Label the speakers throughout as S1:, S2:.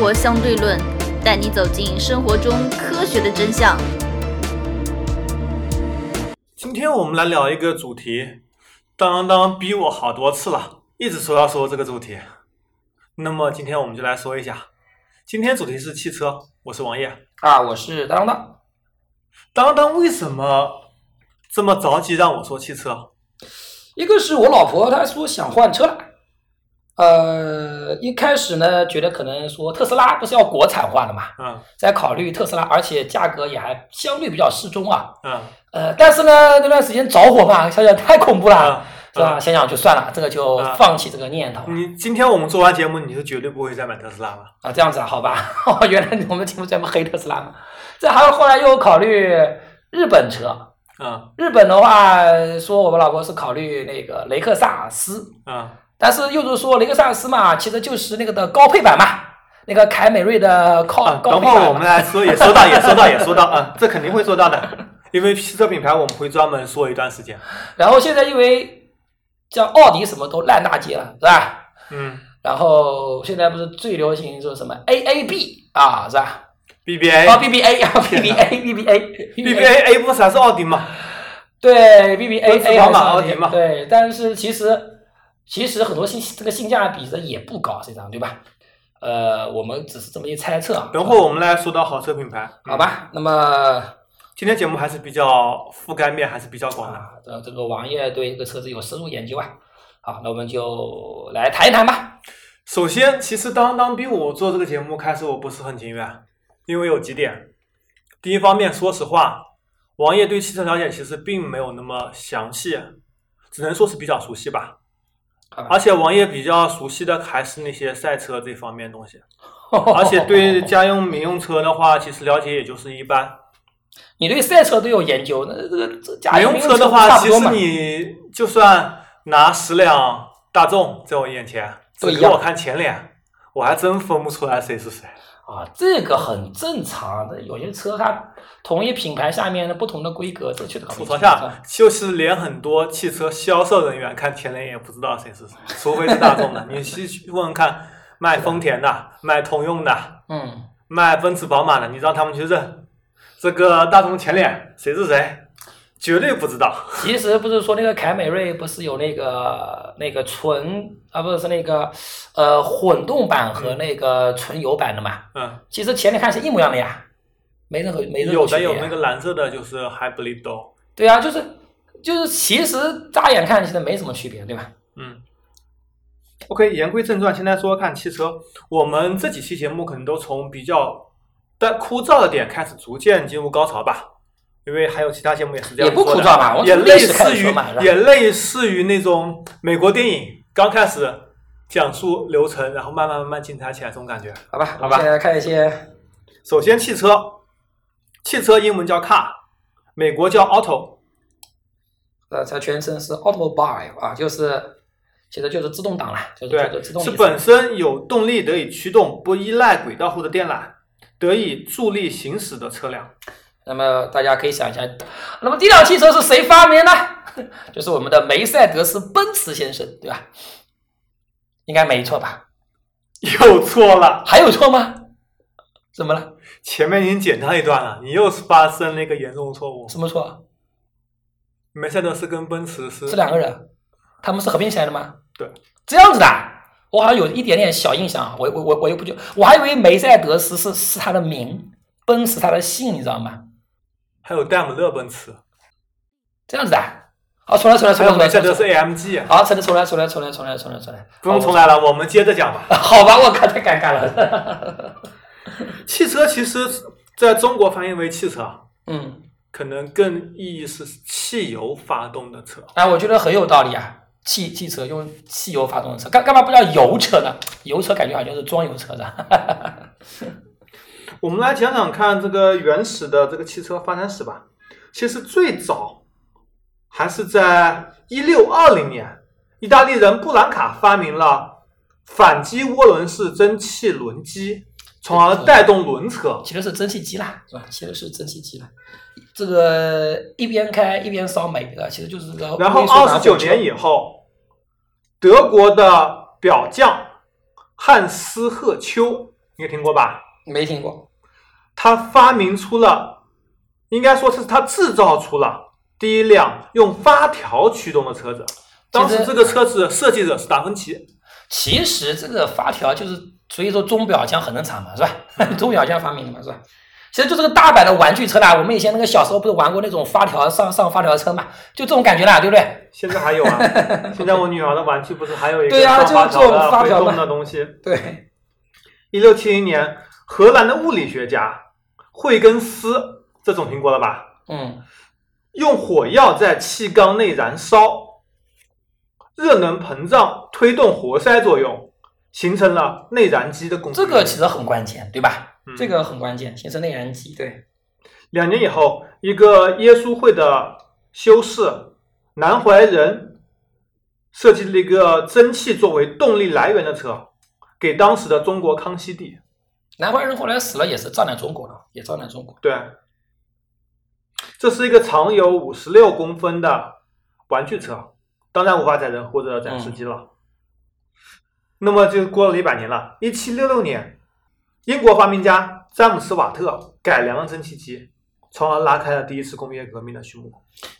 S1: 活相对论》，带你走进生活中科学的真相。
S2: 今天我们来聊一个主题，当当逼我好多次了，一直说要说这个主题。那么今天我们就来说一下，今天主题是汽车，我是王烨。
S3: 啊，我是当当。
S2: 当当为什么这么着急让我说汽车？
S3: 一个是我老婆，她说想换车了。呃，一开始呢，觉得可能说特斯拉不是要国产化了嘛，
S2: 嗯
S3: 在考虑特斯拉，而且价格也还相对比较适中啊。
S2: 嗯
S3: 呃，但是呢，那段时间着火嘛，想想太恐怖了，
S2: 嗯
S3: 是吧？想想就算了，这个就
S2: 嗯
S3: 放弃这个念头
S2: 嗯，你今天我们做完节目，你是绝对不会再买特斯拉了。
S3: 啊。这样子啊，好吧？ 原来我们节目专门黑特斯拉嘛。这还有后来又考虑日本车，
S2: 嗯
S3: 日本的话说我们老婆是考虑那个雷克萨斯，
S2: 嗯
S3: 但是又是说雷克萨斯嘛，其实就是那个的高配版嘛，那个凯美瑞的高、
S2: 啊，
S3: 哦高
S2: 等
S3: 配
S2: 会儿
S3: 版
S2: 我
S3: 嘛
S2: 们来说，也说到，也说到，也说到， 嗯，这肯定会说到的，因为汽车品牌我们会专门说一段时间。
S3: 然后现在因为像奥迪什么都烂大街了，是吧？
S2: 嗯
S3: 然后现在不是最流行说什么 AAB 啊，是吧？
S2: ，BBA
S3: 哦 BBA 啊 BBA BBA
S2: BBA A 不是还是奥迪吗？
S3: 对 BBA
S2: 奔驰
S3: A
S2: 宝马奥迪嘛
S3: 对，但是其实其实很多性这个性价比的也不高，实际上对吧？呃，我们只是这么一猜测啊，
S2: 等会儿我们来说到好车品牌，嗯
S3: 好？吧？那么
S2: 今天节目还是比较覆盖面还是比较广的。
S3: 啊，这这个王爷对这个车子有深入研究啊。好，那我们就来谈一谈吧。
S2: 首先，其实当当逼我做这个节目开始，我不是很情愿，因为有几点。第一方面，说实话，王爷对汽车了解其实并没有那么详细，只能说是比较熟悉吧。
S3: 好吧
S2: 而且王爷比较熟悉的还是那些赛车这方面的东西，
S3: 哦
S2: 而且 对家用民用车的话，其实了解也就是一般。
S3: 你对赛车都有研究，那这个这假
S2: 民
S3: 如
S2: 用
S3: 没有
S2: 车的
S3: 差
S2: 话，
S3: 不
S2: 其
S3: 多
S2: 实
S3: 嘛
S2: 你就算拿十辆大众在我眼前，只
S3: 都一
S2: 给我
S3: 样
S2: 看前脸，我还真分不出来谁是谁。
S3: 啊，这个很正常的。有些车它同一品牌下面的不同的规格，这确实很
S2: 吐槽
S3: 正常
S2: 下，就是连很多汽车销售人员看前脸也不知道谁是谁，除非是大众的。你去问问看，卖丰田的、卖通用的、
S3: 嗯，
S2: 卖奔驰、宝马的，你让他们去认这个大众前脸谁是谁，绝对不知道。
S3: 其实不是说那个凯美瑞不是有那个那个纯啊，不是是那个呃混动版和那个纯油版的嘛？
S2: 嗯，
S3: 其实前面看是一模一样的呀，没任何没任何
S2: 有
S3: 区
S2: 的
S3: 别啊
S2: 有
S3: 呀
S2: 那个蓝色的，就是 Hybrid。
S3: 对啊，就是就是，其实乍眼看其实没什么区别，对吧？
S2: 嗯，OK，言归正传，现在说说看汽车。我们这几期节目可能都从比较但枯燥的点开始，逐渐进入高潮吧。因为还有其他节目也是这样
S3: 也不
S2: 做的
S3: 枯燥嘛我们
S2: 也
S3: 从
S2: 类
S3: 历史开
S2: 似
S3: 始
S2: 于
S3: 说嘛是吧
S2: 也类似于那种美国电影刚开始讲述流程，然后慢慢慢慢精彩起来这种感觉。
S3: 好吧，
S2: 好吧
S3: 我们现在看一些
S2: 首先，汽车，汽车英文叫 car，美国叫 auto，
S3: 呃，它全称是 automobile 啊，就是其实就是自动挡啦，就是
S2: 对
S3: 就是自动
S2: 是
S3: 意思
S2: 本身有动力得以驱动，不依赖轨道或者电缆，得以助力行驶的车辆。
S3: 那么大家可以想一下，那么第一辆汽车是谁发明的？ 就是我们的梅赛德斯奔驰先生，对吧？应该没错吧？
S2: 又错了，
S3: 还有错吗？怎么了？
S2: 前面已经剪到一段了，你又发生了一个严重错误。
S3: 什么错？
S2: 梅赛德斯跟奔驰是
S3: 这两个人，他们是合并起来的吗？
S2: 对，
S3: 这样子的啊，我好像有一点点小印象啊，我我我我又不就，我还以为梅赛德斯是是他的名，奔驰他的姓，你知道吗？
S2: 还有戴姆勒奔驰，
S3: 这样子的啊，好，重来重来
S2: 还
S3: 重
S2: 有
S3: 来重来
S2: 梅赛
S3: 重
S2: 德
S3: 来，
S2: 斯 AMG，
S3: 好，重来重来重来重来重来重来重来，
S2: 啊不用重来了，我们接着讲吧。
S3: 好吧，我靠，太尴尬了，
S2: 汽车其实在中国翻译为汽车，啊
S3: 嗯，
S2: 可能更意义是汽油发动的车。
S3: 哎，我觉得很有道理啊。汽汽车用汽油发动的车，干干嘛不叫油车呢？油车感觉好像是装油车的。
S2: 我们来讲讲看这个原始的这个汽车发展史吧。其实最早还是在一六二零年，意大利人布兰卡发明了反击涡轮式蒸汽轮机，从而带动轮车。
S3: 其实是蒸汽机啦，是吧？其实是蒸汽机啦，这个一边开一边烧煤的，其实就是这个。
S2: 然后二十九年以后，德国的表匠汉斯·赫丘你也听过吧？
S3: 没听过。
S2: 他发明出了，应该说是他制造出了第一辆用发条驱动的车子。当时这个车子设计者是达芬奇，
S3: 其实这个发条就是，所以说钟表匠很能产嘛，是吧？
S2: 嗯
S3: 钟表匠发明的嘛，是吧？其实就这个大摆的玩具车啦，我们以前那个小时候不是玩过那种发条上上发条车嘛，就这种感觉啦，对不对？
S2: 现在还有啊。现在我女儿的玩具不是还有一个
S3: 对呀
S2: 上发
S3: 就是这
S2: 条
S3: 种
S2: 的
S3: 发
S2: 回
S3: 条
S2: 动
S3: 嘛
S2: 的东西？
S3: 对，
S2: 一六七零年，荷兰的物理学家惠根斯，这总听过了吧？
S3: 嗯，
S2: 用火药在气缸内燃烧，热能膨胀推动活塞作用，形成了内燃机的工具。
S3: 这个其实很关键，对
S2: 嗯
S3: 吧？这个很关键，形成内燃机，对，
S2: 两年以后，一个耶稣会的修士南怀仁设计了一个蒸汽作为动力来源的车，给当时的中国康熙帝。
S3: 南怀仁后来死了也是葬在中国了，也葬在中国。
S2: 对，这是一个长有五十六公分的玩具车，当然无法载人或者载司机了。那么就过了一百年了，一七六六年，英国发明家詹姆斯·瓦特改良了蒸汽机，从而拉开了第一次工业革命的序幕。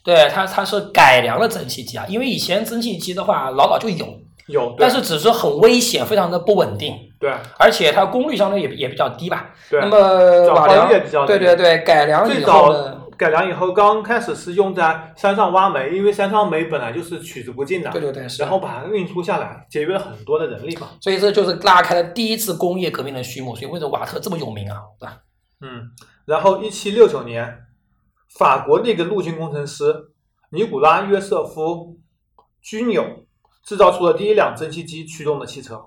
S3: 对，它它是改良了蒸汽机啊，因为以前蒸汽机的话老早就有，
S2: 有，对
S3: 但是只是很危险，非常的不稳定，
S2: 对
S3: 而且它功率相对也也比较低吧。
S2: 对，
S3: 那么
S2: 转
S3: 瓦
S2: 换
S3: 良
S2: 率也比较低
S3: 对对对，改良
S2: 最
S3: 以后呢
S2: 早，改良以后，刚开始是用在山上挖煤，因为山上煤本来就是取之不尽的，
S3: 对对对，是
S2: 然后把它运输下来，节约了很多的人力嘛。
S3: 所以这就是拉开了第一次工业革命的序幕，所以为什么瓦特这么有名啊，对吧？
S2: 嗯，然后一七六九年，法国的一个陆军工程师尼古拉约瑟夫居纽制造出了第一辆蒸汽机驱动的汽车。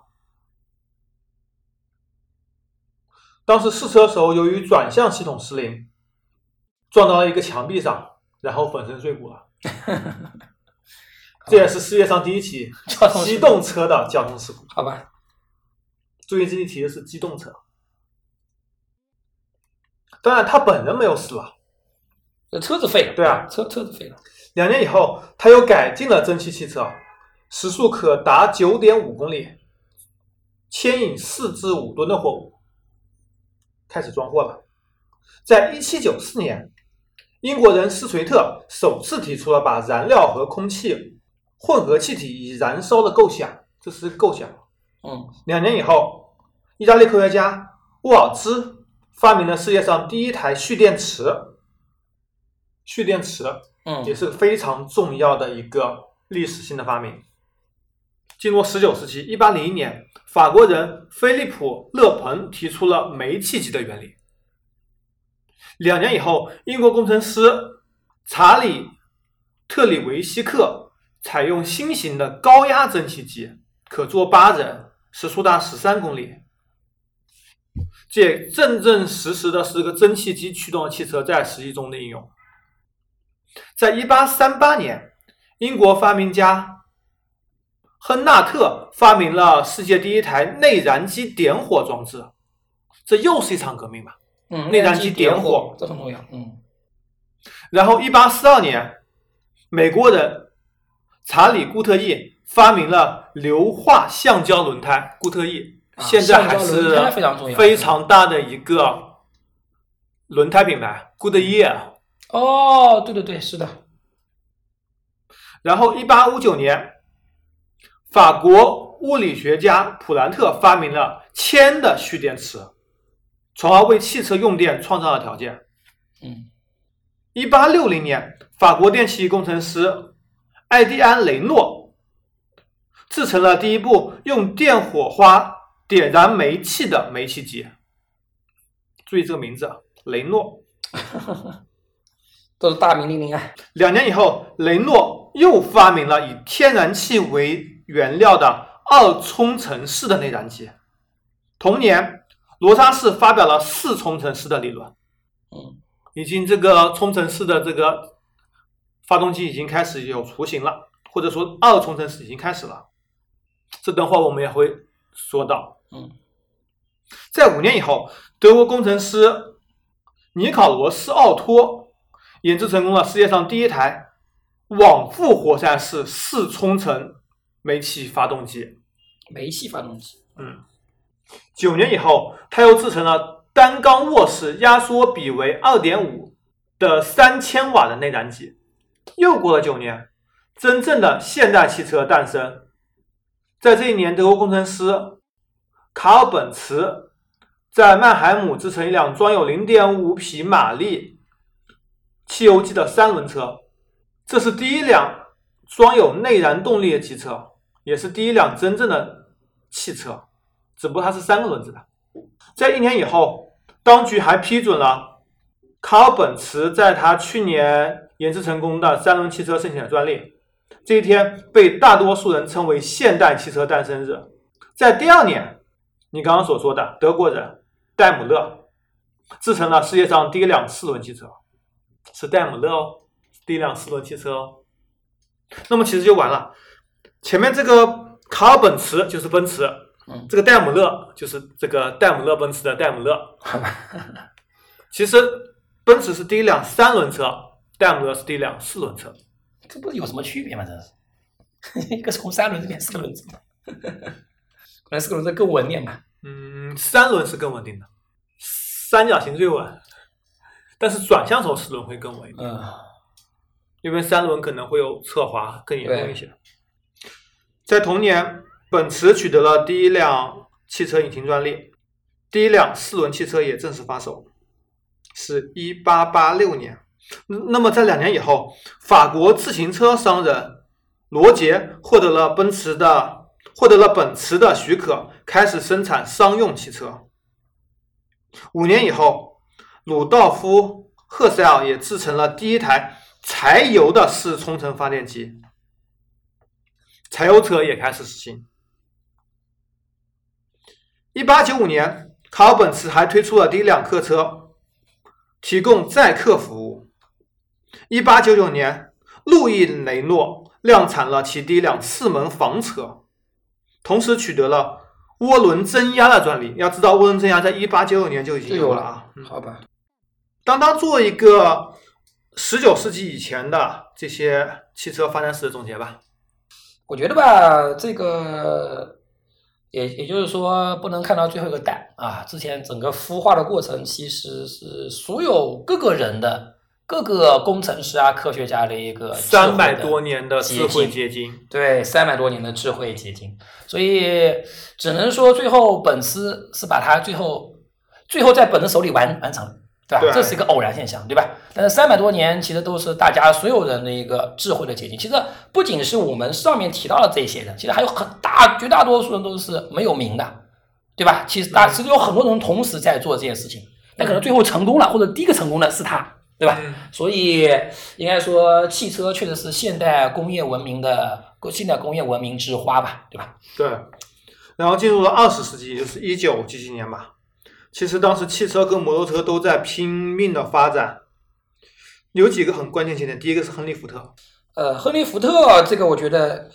S2: 当时试车时候，由于转向系统失灵，撞到了一个墙壁上，然后粉身碎骨了。这也是世界上第一起
S3: 交通
S2: 机动车的交通事故。
S3: 好吧，
S2: 注意这一题是机动车。当然，他本人没有死了。
S3: 这车子废了，
S2: 对啊
S3: 车车子废了，
S2: 两年以后，他又改进了蒸汽汽车，时速可达九点五公里，牵引四至五吨的货物，开始装货了。在一七九四年，英国人斯垂特首次提出了把燃料和空气混合气体以燃烧的构想，这是构想。
S3: 嗯，
S2: 两年以后，意大利科学家沃尔兹发明了世界上第一台蓄电池。蓄电池
S3: 嗯
S2: 也，是非常重要的一个历史性的发明。进入十九世纪，一八零一年，法国人菲利普·勒彭提出了煤气机的原理。两年以后，英国工程师查理·特里维西克采用新型的高压蒸汽机，可坐八人，时速达十三公里。这也正正实实的是个蒸汽机驱动的汽车在实际中的应用。在1838年，英国发明家亨纳特发明了世界第一台内燃机点火装置，这又是一场革命吧。
S3: 嗯，
S2: 内燃
S3: 机
S2: 机点火
S3: 火，这很重要，嗯，
S2: 然后，一八四二年，美国人查理·固特异发明了硫化橡胶轮胎。固特异
S3: 啊
S2: 现在还
S3: 橡胶
S2: 是
S3: 轮胎非常重啊要嗯
S2: 非常大的一个轮胎品牌，固特异。啊
S3: 哦，对对对，是的，
S2: 然后，一八五九年，法国物理学家普兰特发明了铅的蓄电池，从而为汽车用电创造了条件。
S3: 嗯，
S2: 一八六零年，法国电气工程师艾蒂安·雷诺制成了第一部用电火花点燃煤气的煤气机。注意这个名字，啊雷诺。
S3: 都是大名鼎鼎啊，
S2: 两年以后，雷诺又发明了以天然气为原料的二冲程式的内燃机。同年，罗莎士发表了四冲程式的理论，
S3: 嗯，
S2: 已经这个冲程式的这个发动机已经开始有雏形了，或者说二冲程式已经开始了。这等会儿我们也会说到。
S3: 嗯，
S2: 在五年以后，德国工程师尼考罗斯·奥托研制成功了世界上第一台往复活塞式四冲程煤气发动机。
S3: 煤气发动机，
S2: 嗯，九年以后，他又制成了单缸卧室压缩比为二点五的三千瓦的内燃机。又过了九年，真正的现代汽车诞生。在这一年，德国工程师卡尔本茨在曼海姆制成一辆装有零点五匹马力汽油机的三轮车，这是第一辆装有内燃动力的汽车，也是第一辆真正的汽车。只不过它是三个轮子的。在一年以后，当局还批准了卡尔本茨在他去年研制成功的三轮汽车申请的专利。这一天被大多数人称为现代汽车诞生日。在第二年，你刚刚所说的德国人戴姆勒制成了世界上第一辆四轮汽车，是戴姆勒哦，第一辆四轮汽车哦。那么其实就完了，前面这个卡尔本茨就是奔驰，
S3: 嗯
S2: 这个戴姆勒就是这个戴姆勒奔驰的戴姆勒。
S3: 好吧，
S2: 其实奔驰是第一辆三轮车，戴姆勒是第一辆四轮车。
S3: 这不是有什么区别吗？这是 一个从三轮子变四轮子嘛， 可能四轮子更稳点吧。
S2: 嗯，三轮是更稳定的，三角形最稳，但是转向时候四轮会更稳一点，
S3: 嗯，
S2: 因为三轮可能会有侧滑更严重
S3: 对
S2: 一些。在同年，本驰取得了第一辆汽车引擎专利，第一辆四轮汽车也正式发售，是一八八六年。嗯那么在两年以后，法国自行车商人罗杰获得了奔驰的获得了本驰的许可，开始生产商用汽车。五年以后，鲁道夫·赫塞尔也制成了第一台柴油的四冲程发电机，柴油车也开始实行。一八九五年，卡尔本茨还推出了第一辆客车，提供载客服务。一八九九年，路易雷诺量产了其第一辆四门房车，同时取得了涡轮增压的专利。要知道，涡轮增压在一八九九年就已经有了啊。嗯
S3: 好吧，
S2: 当当做一个十九世纪以前的这些汽车发展史的总结吧。
S3: 我觉得吧，这个也也就是说，不能看到最后一个蛋啊。之前整个孵化的过程，其实是所有各个人的、各个工程师啊、科学家的一个智慧的
S2: 三百多年的智慧结晶，
S3: 对，三百多年的智慧结晶，所以只能说最后本斯是把它最后最后在本的手里完完成了，对吧？
S2: 对
S3: 这是一个偶然现象，对吧？但是三百多年其实都是大家所有人的一个智慧的结晶。其实不仅是我们上面提到的这些人，其实还有很大绝大多数人都是没有名的，对吧？其实大其实有很多人同时在做这件事情，但可能最后成功了，或者第一个成功的是他，对吧？
S2: 嗯，
S3: 所以应该说，汽车确实是现代工业文明的现代工业文明之花吧，对吧？
S2: 对。然后进入了二十世纪，也就是一九几几年吧。其实当时汽车跟摩托车都在拼命的发展，有几个很关键节点。第一个是亨利·福特，
S3: 呃，亨利·福特这个，我觉得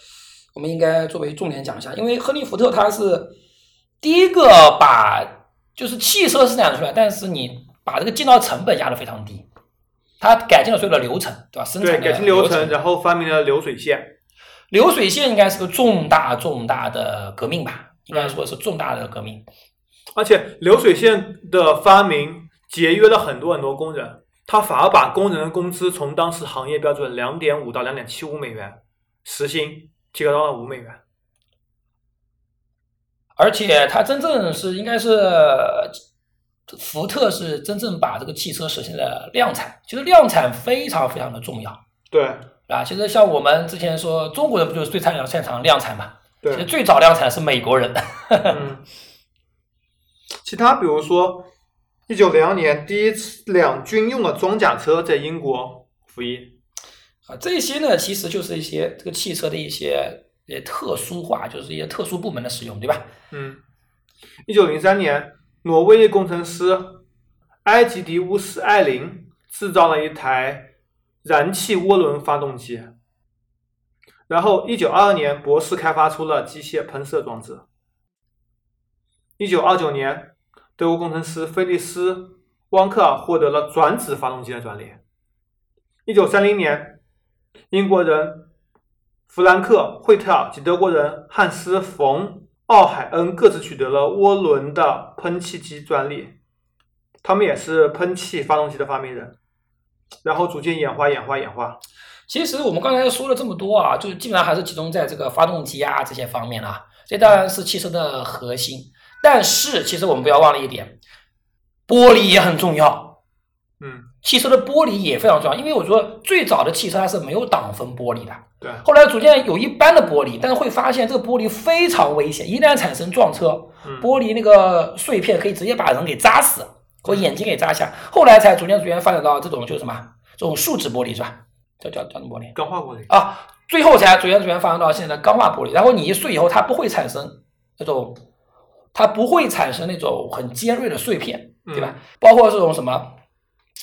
S3: 我们应该作为重点讲一下，因为亨利·福特他是第一个把就是汽车生产出来，但是你把这个建造成本压得非常低，他改进了所有的流程，对吧？生
S2: 对，
S3: 产的
S2: 改进流程，
S3: 程，
S2: 然后发明了流水线。
S3: 流水线应该是个重大重大的革命吧，应该说是重大的革命。
S2: 而且流水线的发明节约了很多很多工人，他反而把工人的工资从当时行业标准两点五到两点七五美元时薪提高到了五美元。
S3: 而且它真正是应该是福特是真正把这个汽车实现了量产，其实量产非常非常的重要
S2: 对
S3: 啊。其实像我们之前说，中国人不就是最擅长擅长量产嘛？其实
S2: 对，
S3: 最早量产是美国人，
S2: 嗯。其他比如说，一九零二年第一次辆军用的装甲车在英国服役。
S3: 啊，这些呢，其实就是一些这个汽车的一些一些特殊化，就是一些特殊部门的使用，对吧？
S2: 嗯。一九零三年，挪威的工程师埃吉迪乌斯·艾林制造了一台燃气涡轮发动机。然后，一九二二年，博士开发出了机械喷射装置。一九二九年，德国工程师菲利斯·汪克尔获得了转子发动机的专利。一九三零年，英国人弗兰克·惠特尔及德国人汉斯·冯·奥海恩各自取得了涡轮的喷气机专利，他们也是喷气发动机的发明人，然后逐渐演化、演化、演化。
S3: 其实我们刚才说了这么多啊，就是基本上还是集中在这个发动机啊这些方面啊，这当然是汽车的核心。但是其实我们不要忘了一点，玻璃也很重要，
S2: 嗯，
S3: 汽车的玻璃也非常重要，因为我说最早的汽车它是没有挡风玻璃的，
S2: 对，
S3: 后来逐渐有一般的玻璃，但是会发现这个玻璃非常危险，一旦产生撞车，
S2: 嗯，
S3: 玻璃那个碎片可以直接把人给扎死，或眼睛给扎瞎。后来才逐渐逐渐发展到这种就是什么，这种树脂玻璃是吧？叫叫叫什么玻璃
S2: 钢化玻璃，
S3: 啊？最后才逐渐逐渐发展到现在的钢化玻璃。然后你一碎以后，它不会产生那种，它不会产生那种很尖锐的碎片，
S2: 嗯
S3: 对吧？包括这种什么。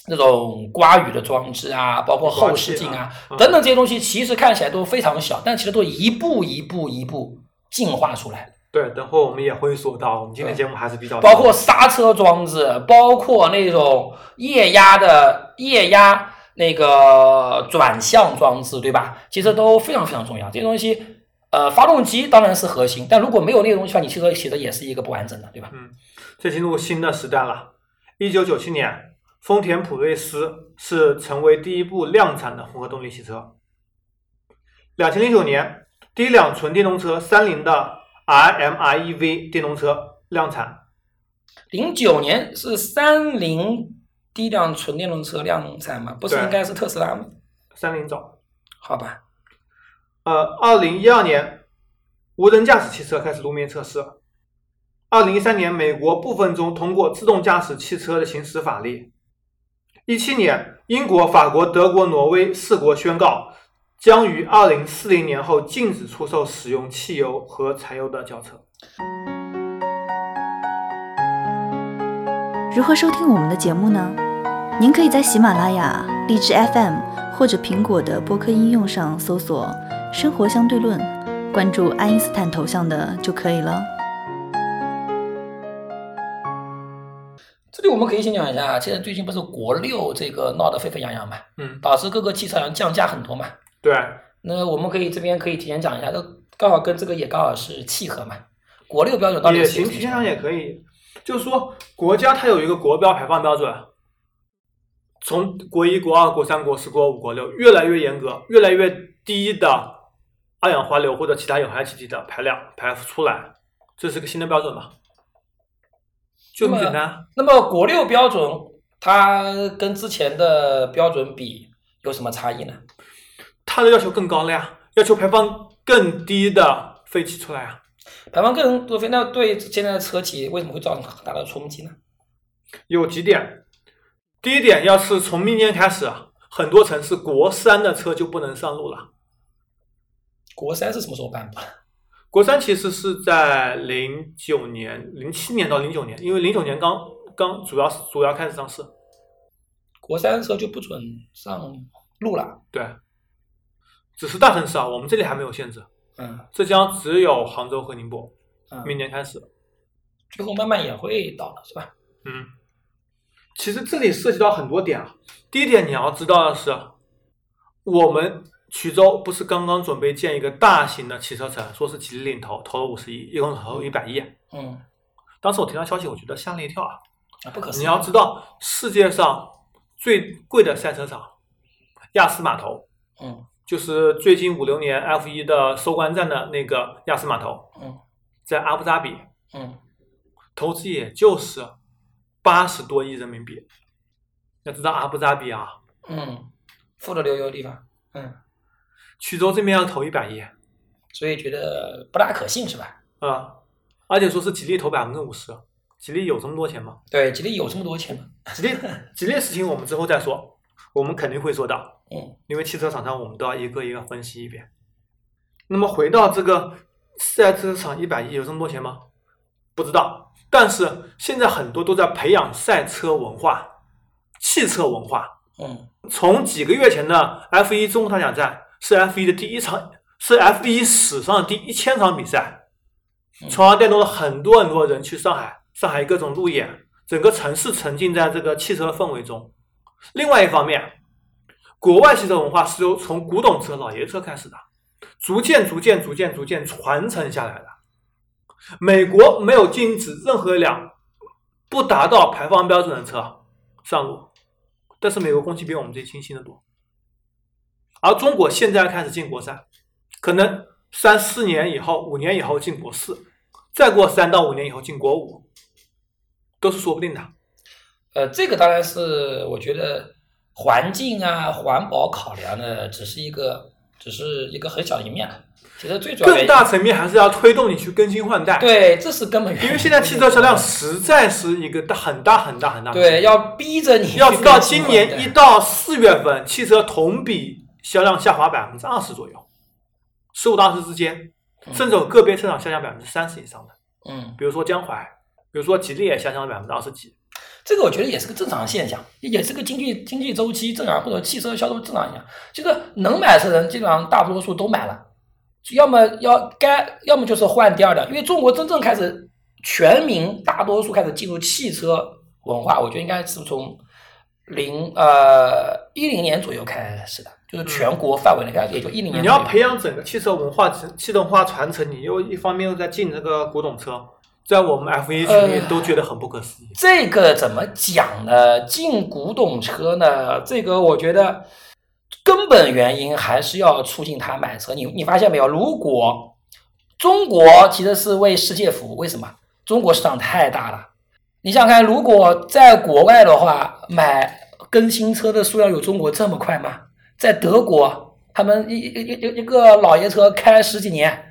S3: 那种刮雨的装置啊，包括后视镜啊
S2: 刮器啊嗯
S3: 等等这些东西，其实看起来都非常小，但其实都一步一步一步进化出来。
S2: 对，等会我们也会说到，我们今天节目还是比较
S3: 包括刹车装置，包括那种液压的液压那个转向装置，对吧？其实都非常非常重要。这些东西，呃，发动机当然是核心，但如果没有那些东西的话，你汽车其实也是一个不完整的，对吧？
S2: 这进入新的时代了。一九九七年，丰田普锐斯是成为第一部量产的混合动力汽车。两千零九年，第一辆纯电动车三菱的 RMREV E 电动车量产。
S3: 零九年是三菱第一辆纯电动车量产吗？不是
S2: 对
S3: 应该是特斯拉吗？
S2: 三菱早。
S3: 好吧，
S2: 呃，二零一二年，无人驾驶汽车开始路面测试。二零一三年，美国部分州通过自动驾驶汽车的行驶法律。一七年，英国、法国、德国、挪威四国宣告，将于二零四零年后禁止出售使用汽油和柴油的轿车。
S1: 如何收听我们的节目呢？您可以在喜马拉雅、荔枝 FM 或者苹果的播客应用上搜索“生活相对论”，关注爱因斯坦头像的就可以了。
S3: 这里我们可以先讲一下，现在最近不是国六这个闹得沸沸扬扬嘛，
S2: 嗯，
S3: 导致各个汽车好像降价很多嘛。
S2: 对，
S3: 那我们可以这边可以提前讲一下，这刚好跟这个也刚好是契合嘛。国六标准到底
S2: 也
S3: 是
S2: 行，
S3: 什么
S2: 提前上也可以。就是说，国家它有一个国标排放标准，从国一、国二、国三、国四、国五、国六越来越严格，越来越低的二氧化硫或者其他有害气体的排量排出来，这是个新的标准吧？就这么简单。
S3: 那么国六标准它跟之前的标准比有什么差异呢？
S2: 它的要求更高了呀，要求排放更低的废气出来啊，
S3: 排放更多废，那对现在的车企为什么会造成很大的冲击呢？
S2: 有几点。第一点，要是从明年开始啊，很多城市国三的车就不能上路了。
S3: 国三是什么时候颁布的？
S2: 国三其实是在零九年、零七年到零九年，因为零九年刚刚主要主要开始上市。
S3: 国三的时候就不准上路了。
S2: 对，只是大城市啊，我们这里还没有限制。
S3: 嗯
S2: 浙江只有杭州和宁波，明
S3: 嗯，
S2: 年开始。
S3: 最后慢慢也会到的，是吧？
S2: 嗯，其实这里涉及到很多点啊。第一点你要知道的是，我们衢州不是刚刚准备建一个大型的汽车城，说是吉利领投，投了五十亿，一共投一百亿。
S3: 嗯，
S2: 当时我听到消息，我觉得吓了一跳啊。
S3: 啊不可思议。
S2: 你要知道，世界上最贵的赛车场亚斯码头，
S3: 嗯
S2: 就是最近五六年 F 1的收官战的那个亚斯码头，
S3: 嗯
S2: 在阿布扎比
S3: 嗯，
S2: 投资也就是八十多亿人民币。要知道阿布扎比啊，
S3: 嗯，富得流油的地方。嗯，
S2: 衢州这边要投一百亿啊、
S3: 所以觉得不大可信，是吧？
S2: 而且说是吉利投百分之五十，吉利有这么多钱吗？
S3: 对，吉利有这么多钱吗？
S2: 吉利吉利的事情我们之后再说，我们肯定会说到。
S3: 嗯，
S2: 因为汽车厂商我们都要一个一个分析一遍。那么回到这个赛车场一百亿有这么多钱吗？不知道，但是现在很多都在培养赛车文化、汽车文化。
S3: 嗯，
S2: 从几个月前的 F 1中国大奖赛是 F 1的第一场，是 F 1史上的第一千场比赛，
S3: 嗯
S2: 从而带动了很多很多人去上海，上海各种路演，整个城市沉浸在这个汽车氛围中。另外一方面，国外汽车文化是由从古董车、老爷车开始的，逐渐、逐渐、逐渐、逐渐传承下来的。美国没有禁止任何一辆不达到排放标准的车上路，但是美国空气比我们这清新的多。而中国现在开始进国三，可能三四年以后、五年以后进国四，再过三到五年以后进国五，都是说不定的。
S3: 呃，这个当然是我觉得环境啊、环保考量呢，只是一个只是一个很小的一面了。其实最主要原
S2: 更
S3: 因
S2: 大层面还是要推动你去更新换代，，
S3: 对，这是根本原
S2: 因为现在汽车销量实在是一个大很大很大很大。，
S3: 对要逼着你
S2: 要
S3: 去
S2: 知道
S3: 更新
S2: 今
S3: 换代
S2: 年一到四月份，汽车同比销量下滑百分之二十左右，十五到二十之间，甚至有个别车厂下降百分之三十以上的，
S3: 嗯，
S2: 比如说江淮，比如说吉利也下降了百分之二十几。
S3: 这个我觉得也是个正常现象，也是个经济经济周期正常或者汽车销售正常现象。就是能买车的人基本上大多数都买了，要么要该，要么就是换第二辆。因为中国真正开始全民大多数开始进入汽车文化，我觉得应该是从零呃一零年左右开始的，就是全国范围内开始，也就一零
S2: 嗯
S3: 年左右。
S2: 你要培养整个汽车文化、汽动化传承，你又一方面又在进这个古董车，在我们 F 1群里
S3: 呃
S2: 都觉得很不可思议。
S3: 这个怎么讲呢？进古董车呢，这个我觉得根本原因还是要促进他买车。你你发现没有？如果中国其实是为世界服务，为什么？中国市场太大了。你想想看，如果在国外的话，买更新车的数量有中国这么快吗？在德国，他们一一一一一个老爷车开十几年，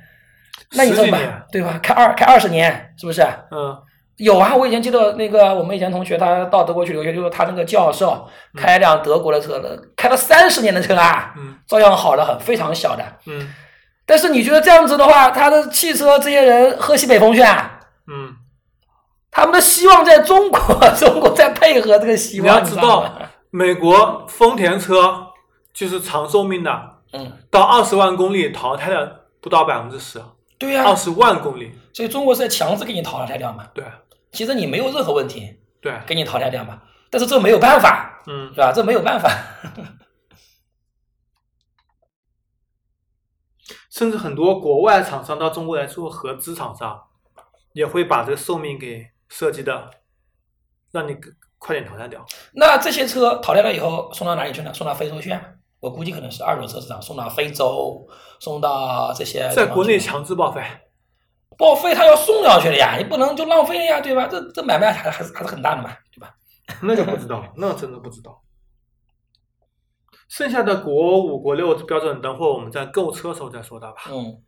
S3: 那你
S2: 十
S3: 怎
S2: 几
S3: 么
S2: 年
S3: 办？对吧？开二开二十年，是不是？
S2: 嗯，
S3: 有啊，我以前记得那个我们以前同学，他到德国去留学，就是他那个教授开一辆德国的车，开了三十年的车啊，
S2: 嗯
S3: 照样好的很，非常小的。
S2: 嗯
S3: 但是你觉得这样子的话，他的汽车这些人喝西北风去啊？
S2: 嗯，
S3: 他们的希望在中国， 中国在配合这个希
S2: 你
S3: 望，
S2: 要
S3: 你
S2: 知
S3: 道
S2: 道
S3: 吗，
S2: 美国丰田车就是长寿命的，
S3: 嗯，
S2: 到二十万公里淘汰了不到百分之十，啊
S3: 对呀、
S2: 二十万公里，
S3: 所以中国是在强制给你淘汰掉嘛。
S2: 对
S3: 其实你没有任何问题，
S2: 对，
S3: 给你淘汰掉嘛。但是这没有办法，
S2: 嗯
S3: 是，吧？这没有办法。
S2: 甚至很多国外厂商到中国来做合资厂商，也会把这个寿命给设计的，让你更快点淘汰掉。
S3: 那这些车淘汰了以后送到哪里去呢？送到非洲去啊？我估计可能是二手车市场，送到非洲，送到这些
S2: 在国内
S3: 地方去
S2: 强制报废，
S3: 报废，他要送上去的呀，你不能就浪费了呀，对吧？这这买卖还还是还是很大的嘛，对吧？
S2: 那就不知道，那真的不知道。剩下的国五、国六标准，等会儿我们在购车时候再说到吧。
S3: 嗯，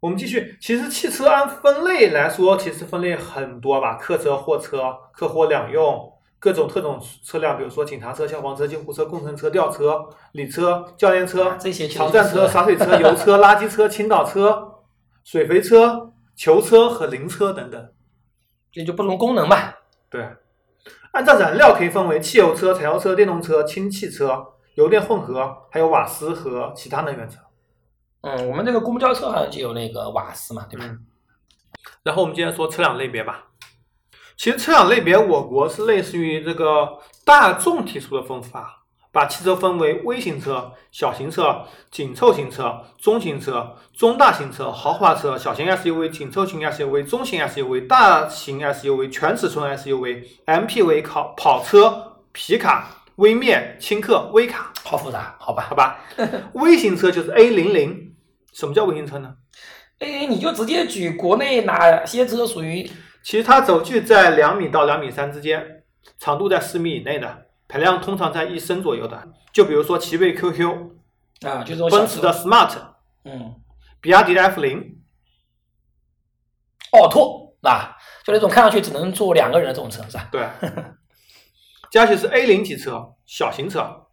S2: 我们继续，其实汽车按分类来说，其实分类很多吧，客车、货车、客货两用，各种特种车辆，比如说警察车、消防车、救护车、工程车、吊车、礼车、教练车、
S3: 啊这些其实
S2: 抢占
S3: 就
S2: 车、
S3: 是
S2: 洒水车、油车、垃圾车、倾倒车、水肥车、囚车和灵车等等。
S3: 也就不同功能嘛。
S2: 对，按照燃料可以分为汽油车、柴油车、电动车、氢气车、油电混合，还有瓦斯和其他能源车。
S3: 嗯，我们这个公交车好像就有那个瓦斯嘛，对吧？
S2: 嗯，然后我们今天说车辆类别吧。其实车辆类别，我国是类似于这个大众提出的分法，把汽车分为微型车、小型车、紧凑型车、中型车、中大型车、豪华车、小型 SUV、紧凑型 SUV、中型 SUV、大型 SUV、全尺寸 SUV、MPV、跑跑车、皮卡、微面、轻客、微卡，
S3: 好复杂，好吧
S2: 好吧？微型车就是 A 零零，什么叫微型车呢？
S3: 哎，你就直接举国内哪些车属于
S2: 其实它轴距在两米到两米三之间，长度在四米以内的，排量通常在一升左右的。就比如说奇瑞 QQ、
S3: 啊、就是我
S2: 奔驰的，Smart、
S3: 嗯，
S2: 比亚迪的 F 零，
S3: 奥拓啊，就那种看上去只能坐两个人的这种车，是吧？
S2: 对，加起是 A 零级车，小型车，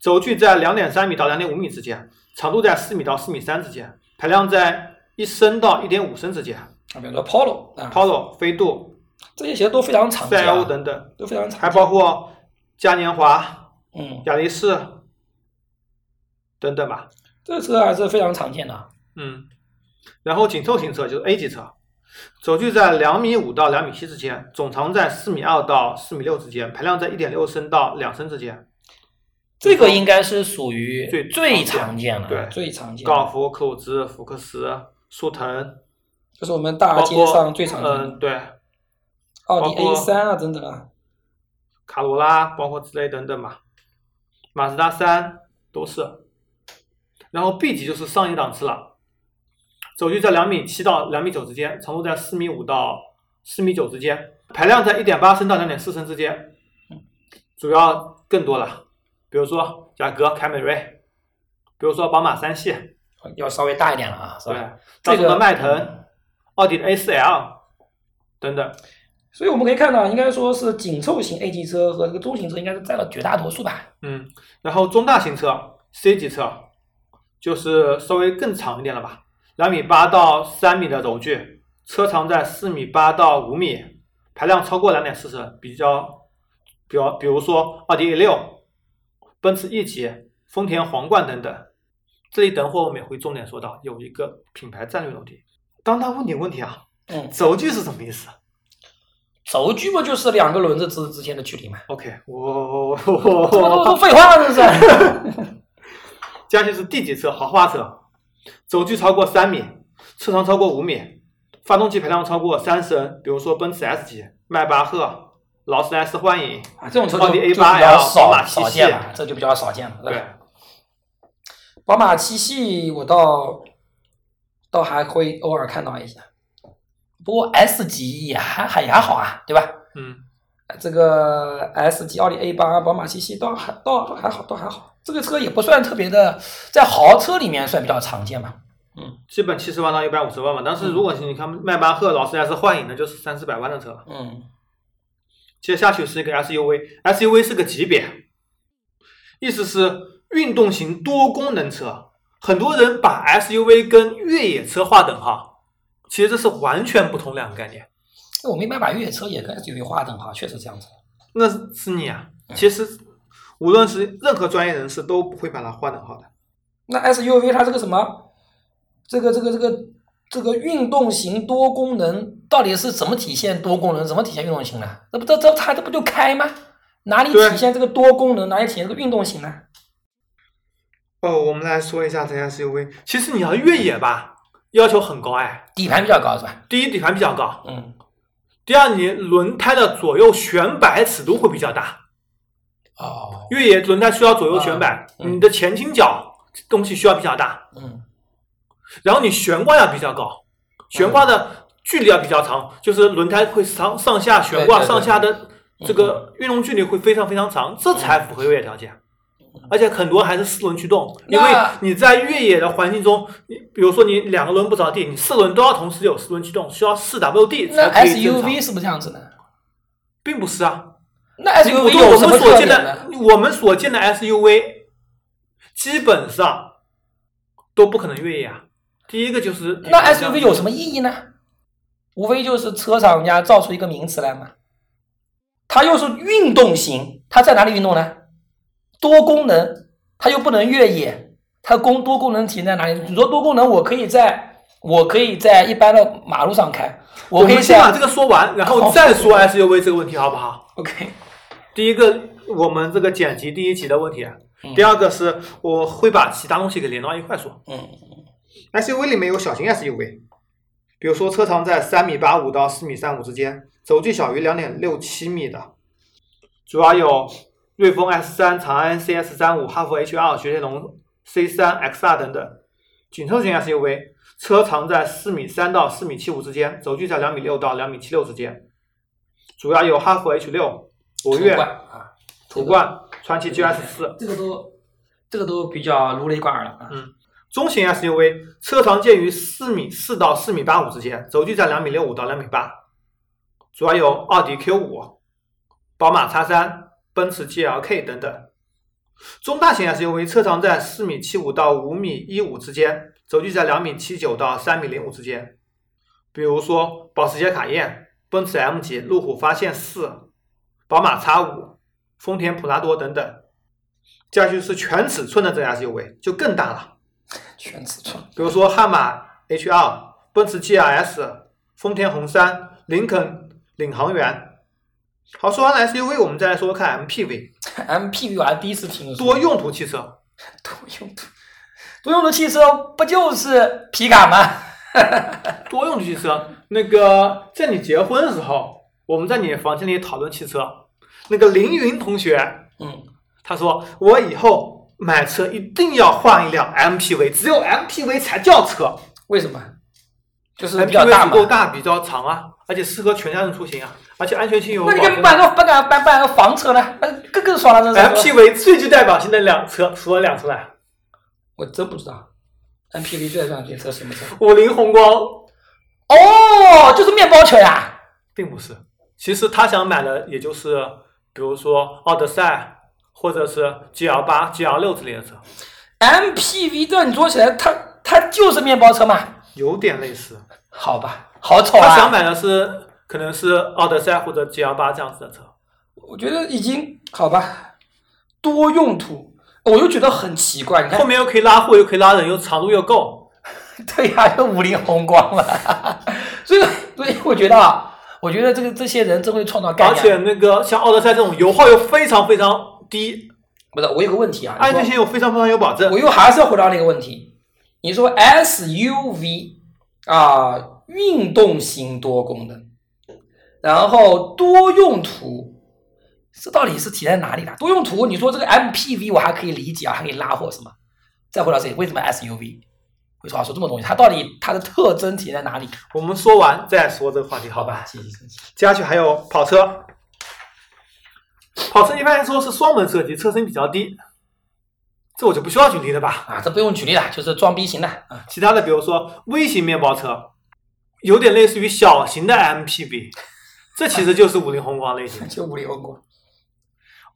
S2: 轴距在两点三米到两点五米之间，长度在四米到四米三之间，排量在一升到一点五升之间。
S3: 啊比如说 Polo 啊，
S2: Polo、飞度、
S3: 这些其实都非常常见
S2: 赛
S3: 啊，
S2: 欧等等，
S3: 都非常常
S2: 还
S3: 见。
S2: 包括嘉年华、
S3: 嗯，
S2: 雅力士等等吧。
S3: 这车还是非常常见的。
S2: 嗯，然后紧凑型车就是 A 级车，轴距在两米五到两米七之间，总长在四米二到四米六之间，排量在一点六升到两升之间。
S3: 这个应该是属于
S2: 最
S3: 最常见的，
S2: 对
S3: 最常见的。
S2: 高尔夫、克鲁兹、福克斯、速腾、
S3: 就是我们大
S2: 包
S3: 街
S2: 括
S3: 上最常见的
S2: 嗯，对，
S3: 奥迪
S2: 包
S3: A
S2: 括
S3: 三啊等等啊，
S2: 卡罗拉，包括之类等等吧，马自达三都是。然后 B 级就是上一档次了，轴距在两米七到两米九之间，长度在四米五到四米九之间，排量在一点八升到两点四升之间，主要更多了，比如说雅阁、凯美瑞，比如说宝马三系，
S3: 要稍微大一点了啊，是
S2: 对
S3: 吧？，
S2: 大
S3: 啊这
S2: 众
S3: 个嗯
S2: 的迈腾、奥迪的 A4L 等等，
S3: 所以我们可以看到，应该说是紧凑型 A 级车和这个中型车应该是占了绝大多数吧。
S2: 嗯，然后中大型车 C 级车就是稍微更长一点了吧，两米八到三米的轴距，车长在四米八到五米，排量超过两点四升，比较，比较，比如说奥迪 A 六、奔驰 E 级、丰田皇冠等等。这里等会我们也会重点说到，有一个品牌战略楼梯。当他问你问题啊，
S3: 嗯，
S2: 轴距是什么意思
S3: 轴距不就是两个轮子之之间的距离嘛？
S2: ？OK，我我我
S3: 这不
S2: 我
S3: 都都废话了，这是。
S2: 接下去是 D 级车豪华车，轴距超过三米，车长超过五米，发动机排量超过三升，比如说奔驰 S 级、迈巴赫、劳斯莱斯幻影。
S3: 啊，这种车就
S2: 奥迪
S3: 就比
S2: A8L
S3: 较
S2: 宝
S3: 少
S2: 马
S3: 少
S2: 7系
S3: 见了，这就比较少见了。
S2: 对，
S3: 宝马七系我倒倒还会偶尔看到一些，不过 S 级也还还也还好啊，对吧？
S2: 嗯，
S3: 这个 S 级奥迪 A 八、宝马七系倒还倒还好，倒还好。这个车也不算特别的，在豪车里面算比较常见吧。
S2: 基本七十万到一百五十万吧。但是如果是你看迈巴赫、劳斯莱斯幻影，那就是三四百万的车了。
S3: 嗯，
S2: 接下去是一个 SUV，SUV 是个级别，意思是运动型多功能车。很多人把 SUV 跟越野车划等号，其实这是完全不同两个概念。
S3: 那我没买把越野车也跟 SUV 划等号，确实这样子。
S2: 那是你啊。其实，无论是任何专业人士都不会把它划等号的。
S3: 那 SUV 它这个什么，这个这个这个这个运动型多功能到底是怎么体现多功能？怎么体现运动型呢？那不这这它这不就开吗？哪里
S2: 对
S3: 体现这个多功能？哪里体现这个运动型呢？
S2: 哦，我们来说一下这 SUV。其实你要越野吧，要求很高哎。
S3: 底盘比较高是吧？
S2: 第一，底盘比较高；
S3: 嗯，
S2: 第二，你轮胎的左右悬摆尺度会比较大。
S3: 哦，
S2: 越野轮胎需要左右悬摆，
S3: 嗯嗯
S2: 你的前倾角东西需要比较大，
S3: 嗯，
S2: 然后你悬挂要比较高，悬挂的距离要比较长，就是轮胎会上上下悬挂
S3: 对对对嗯
S2: 上下的这个运动距离会非常非常长，这才符合越野条件。而且很多还是四轮驱动，因为
S3: 嗯那
S2: 你在越野的环境中，你比如说你两个轮不着地，你四轮都要同时有四轮驱动，需要四 WD
S3: 那
S2: 才可以正常
S3: SUV 是不是这样子呢？
S2: 并不是啊，
S3: 那
S2: 我
S3: SUV 有
S2: 我
S3: 什么
S2: 们
S3: 特
S2: 所
S3: 点
S2: 见
S3: 呢
S2: 的？我们所见的 SUV，基本上都不可能越野啊。第一个就是
S3: 那 SUV 有什么意义呢？无非就是车厂家造出一个名词来嘛。它又是运动型，它在哪里运动呢？多功能，它又不能越野，它功多功能体现在哪里？你说多功能，我可以在我可以在一般的马路上开，
S2: 我
S3: 可以
S2: 们先把
S3: 在
S2: 这个说完，然
S3: 好
S2: 后再说 SUV 这个问题，好不好？
S3: OK
S2: 第一个，我们这个剪辑第一集的问题啊
S3: 嗯；
S2: 第二个是我会把其他东西给连到一块说。
S3: 嗯
S2: SUV 里面有小型 SUV，比如说车长在三米八五到四米三五之间，轴距小于两点六七米的，主要有瑞风 S 三、长安 CS 三五、哈弗 H 二、雪铁龙 C 三 XR 等等。紧凑型 SUV 车长在四米三到四米七五之间，轴距在两米六到两米七六之间，主要有哈弗 H 六、博越
S3: 途、观啊，
S2: 途观、传祺 GS 四。
S3: 这个都这个都比较如雷贯耳了啊。
S2: 中型 SUV 车长介于四米四到四米八五之间，轴距在两米六五到两米八，主要有奥迪 Q 五、宝马 X 三、奔驰 GLK 等等。中大型 SUV 车长在四米七五到五米一五之间，轴距在两米七九到三米零五之间。比如说保时捷卡宴、奔驰 M 级、路虎发现四、宝马 X 五、丰田普拉多等等。接下去是全尺寸的这 SUV 就更大了。
S3: 全尺寸，
S2: 比如说悍马 H 2奔驰 GLS、丰田红杉、林肯领航员。好，说完了 SUV，我们再来说说看 MPV
S3: MPV 我还第一次听说。
S2: 多用途 汽车。
S3: 多用途，多用途汽车不就是皮卡吗？
S2: 多用途汽车，那个在你结婚的时候，我们在你房间里讨论汽车。那个凌云同学，
S3: 嗯，
S2: 他说我以后买车一定要换一辆 MPV，只有 MPV 才叫车
S3: 为什么？就是比较
S2: ，MPV
S3: 大
S2: 足
S3: 嘛。
S2: 够大，比较长啊，而且适合全家人出行啊，而且安全性有保
S3: 那你给
S2: 证。
S3: 办个办个办办个房车呢？那更更爽了，这是。
S2: MPV 最具代表性的辆车，除了辆车来，
S3: 我真不知道，MPV 最算这车什么车？
S2: 五菱宏光
S3: 哦，就是面包车呀。
S2: 并不是。其实他想买的也就是，比如说奥德赛或者是 GL 八、GL 六之类的车，
S3: MPV 这你说起来，它它就是面包车嘛？
S2: 有点类似。
S3: 好吧，好丑
S2: 他想
S3: 啊！
S2: 买的是可能是奥德赛或者 GL 八这样子的车。
S3: 我觉得已经好吧，多用途，我又觉得很奇怪。你看
S2: 后，面又可以拉货，又可以拉人，又长度又够。
S3: 对呀、又五菱宏光了。 所以，所以我觉得啊，我觉得这个这些人真会创造概
S2: 而
S3: 念。
S2: 且那个像奥德赛这种油耗又非常非常低，
S3: 不是，我有个问题啊，
S2: 安
S3: 你
S2: 全
S3: 说
S2: 性又非常非常有保证
S3: 我。又还是要回到那个问题，你说 SUV 啊，运动型多功能，然后多用途，这到底是体现在哪里呢？多用途，你说这个 MPV 我还可以理解啊，还可以拉货什么？再回到这里，为什么 SUV 会说话说这么东西？它到底它的特征体现在哪里？
S2: 我们说完再说这个话题，好
S3: 好
S2: 吧
S3: 吧，？行行行行，
S2: 接下去还有跑车，跑车一般来说是双门设计，车身比较低，这我就不需要举例了吧？
S3: 啊，这不用举例了，就是装逼型的啊，
S2: 其他的比如说微型面包车，有点类似于小型的 MPV，这其实就是五菱宏光类型。
S3: 就五菱宏光。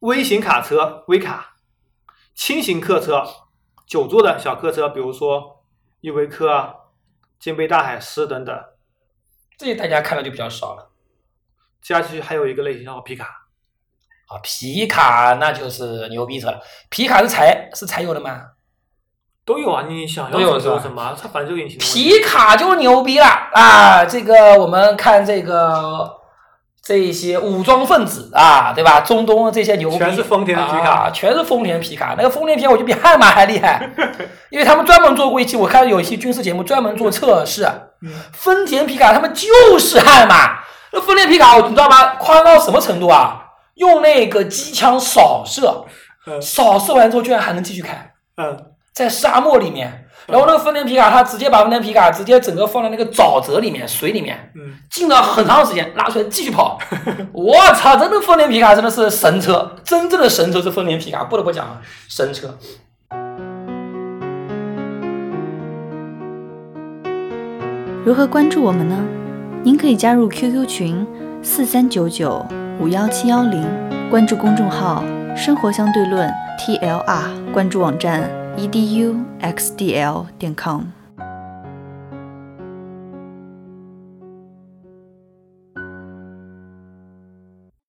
S2: 微型卡车微卡，轻型客车，九座的小客车，比如说依维柯啊、金杯大海狮等等。
S3: 这些大家看的就比较少了
S2: 接下去还有一个类型叫皮卡，
S3: 啊。皮卡那就是牛逼车了，皮卡是柴是柴油的吗？
S2: 都有啊，你想要
S3: 都有
S2: 什么就是
S3: 吧
S2: 什么，它反正就引擎的问题。
S3: 皮卡就牛逼了啊！这个我们看这个这些武装分子啊，对吧？中东这些牛逼，
S2: 全是丰田的皮卡
S3: 啊，全是丰田皮卡。那个丰田皮卡，我觉得比悍马还 厉害，因为他们专门做过一期，我看有一期军事节目专门做测试，啊
S2: 嗯
S3: 丰田皮卡他们就是悍马。那丰田皮卡，你知道吗？夸张到什么程度啊？用那个机枪扫射，
S2: 嗯
S3: 扫射完之后居然还能继续开。
S2: 嗯，
S3: 在沙漠里面，然后那个丰田皮卡，它直接把丰田皮卡直接整个放在那个沼泽里面、水里面，
S2: 嗯，
S3: 浸了很长时间，拉出来继续跑。我操，真的丰田皮卡真的是神车，真正的神车是丰田皮卡，不得不讲啊，神车。
S1: 如何关注我们呢？您可以加入 QQ 群四三九九五幺七幺零，关注公众号“生活，E 相对论 ”TLR，关注网站 eduxdl 点 com。